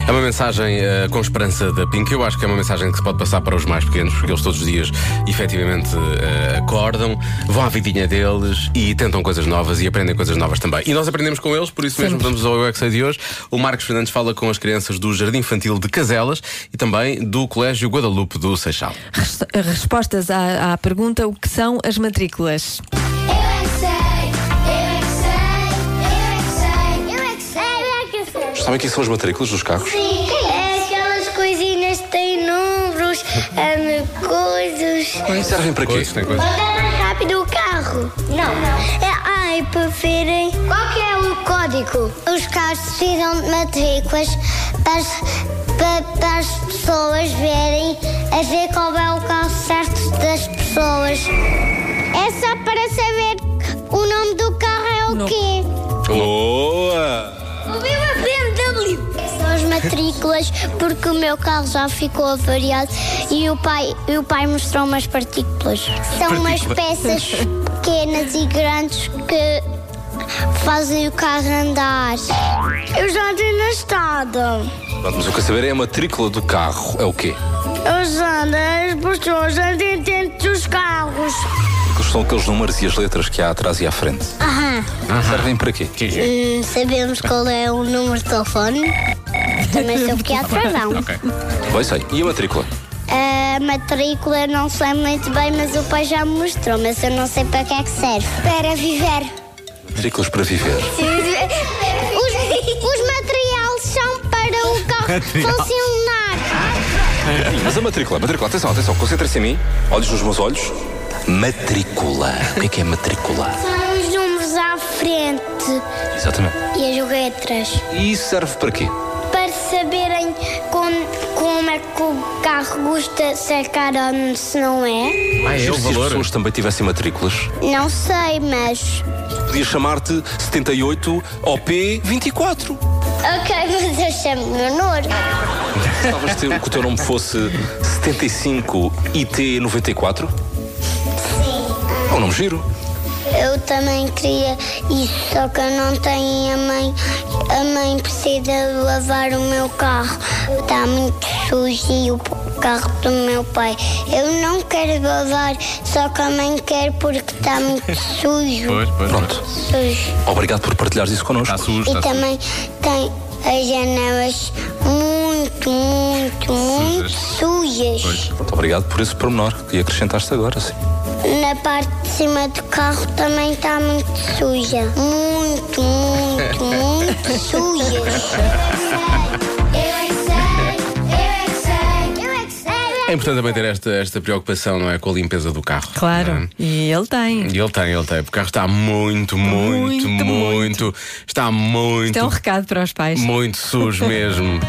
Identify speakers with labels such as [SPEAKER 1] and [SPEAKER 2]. [SPEAKER 1] É mensagem eh, com esperança da Pink. Eu acho que é uma mensagem que se pode passar para os mais pequenos, porque eles todos os dias efetivamente eh, acordam, vão à vidinha deles e tentam coisas novas e aprendem coisas novas também. E nós aprendemos com eles, por isso mesmo vamos ao Eu É Que Sei de hoje. O Marcos Fernandes fala com as crianças do Jardim Infantil de Caselas e também do Colégio Guadalupe do Seixal.
[SPEAKER 2] Res- Respostas à, à pergunta: o que são as matrículas?
[SPEAKER 3] Eu é que sei, eu é que sei, eu é que sei, eu é que sei, eu é que sei.
[SPEAKER 1] Sabem que são as matrículas dos carros?
[SPEAKER 3] Sim, é aquelas coisinhas que têm números, hum, coisas.
[SPEAKER 1] Servem para quê?
[SPEAKER 3] Rápido o carro? é Não. É, ai, para verem. Qual que é o código? Os carros precisam de matrículas para as, para, para as pessoas verem, a ver qual é o carro certo das pessoas. É só para saber o nome do carro é o
[SPEAKER 2] Não.
[SPEAKER 3] quê?
[SPEAKER 1] Boa!
[SPEAKER 3] O meu é BMW. São as matrículas, porque o meu carro já ficou avariado e o pai, e o pai mostrou umas partículas. São umas peças pequenas e grandes que fazem o carro andar. Eu já andei na estrada.
[SPEAKER 1] Pronto, mas o que eu saber é a matrícula do carro. É o quê?
[SPEAKER 3] Eu já andei, as pessoas andam dentro dos carros.
[SPEAKER 4] Aqueles são aqueles números e as letras que há atrás e à frente.
[SPEAKER 3] Aham.
[SPEAKER 4] Servem para quê?
[SPEAKER 3] Hum, sabemos qual é o número de telefone. Também sei o que é atrasão.
[SPEAKER 4] Pois sei. E a matrícula?
[SPEAKER 3] A matrícula eu não sei muito bem, mas o pai já me mostrou, mas eu não sei para que é que serve. Para viver.
[SPEAKER 4] Matrículas para viver.
[SPEAKER 3] Os, os materiais são para o carro funcionar.
[SPEAKER 4] Mas a matrícula, matrícula, atenção, atenção, concentrem-se em mim, olhos nos meus olhos. Matrícula. O que é que é matrícula?
[SPEAKER 3] São os números à frente
[SPEAKER 4] Exatamente.
[SPEAKER 3] e as letras.
[SPEAKER 4] E isso serve para quê?
[SPEAKER 3] Para saberem como, como é que o carro gosta de secar ou se não é.
[SPEAKER 1] Ah, é o
[SPEAKER 4] Giro se as
[SPEAKER 1] valor.
[SPEAKER 4] pessoas também tivessem matrículas,
[SPEAKER 3] Não sei, mas.
[SPEAKER 4] podia chamar-te 78 OP 24.
[SPEAKER 3] Ok, mas eu chamo menor.
[SPEAKER 4] Gostavas de ter que o teu nome fosse 75 IT 94? É um nome giro.
[SPEAKER 3] Eu também queria isso, só que eu não tenho e a mãe. A mãe precisa lavar o meu carro. Está muito sujo e o carro do meu pai. Eu não quero lavar, só que a mãe quer porque está muito sujo.
[SPEAKER 1] Pois, pois.
[SPEAKER 4] Pronto.
[SPEAKER 3] sujo.
[SPEAKER 4] Obrigado por partilhares isso connosco.
[SPEAKER 1] Está sujo,
[SPEAKER 3] E
[SPEAKER 1] está sujo.
[SPEAKER 3] também tem as janelas muito, muito, muito sujas.
[SPEAKER 4] Muito obrigado por esse pormenor que acrescentaste agora, sim.
[SPEAKER 3] Na parte de cima do carro também está muito suja. Muito, muito, muito suja. Eu é que sei, eu é que sei, eu é que
[SPEAKER 1] É
[SPEAKER 3] sei.
[SPEAKER 1] importante também ter esta, esta preocupação, não é? Com a limpeza do carro. não é?
[SPEAKER 2] Claro, e ele tem.
[SPEAKER 1] E ele tem, ele tem. porque O carro está muito, muito, muito.
[SPEAKER 2] Muito, é muito.
[SPEAKER 1] Está muito,
[SPEAKER 2] Isto é um recado para os pais.
[SPEAKER 1] muito sujo mesmo.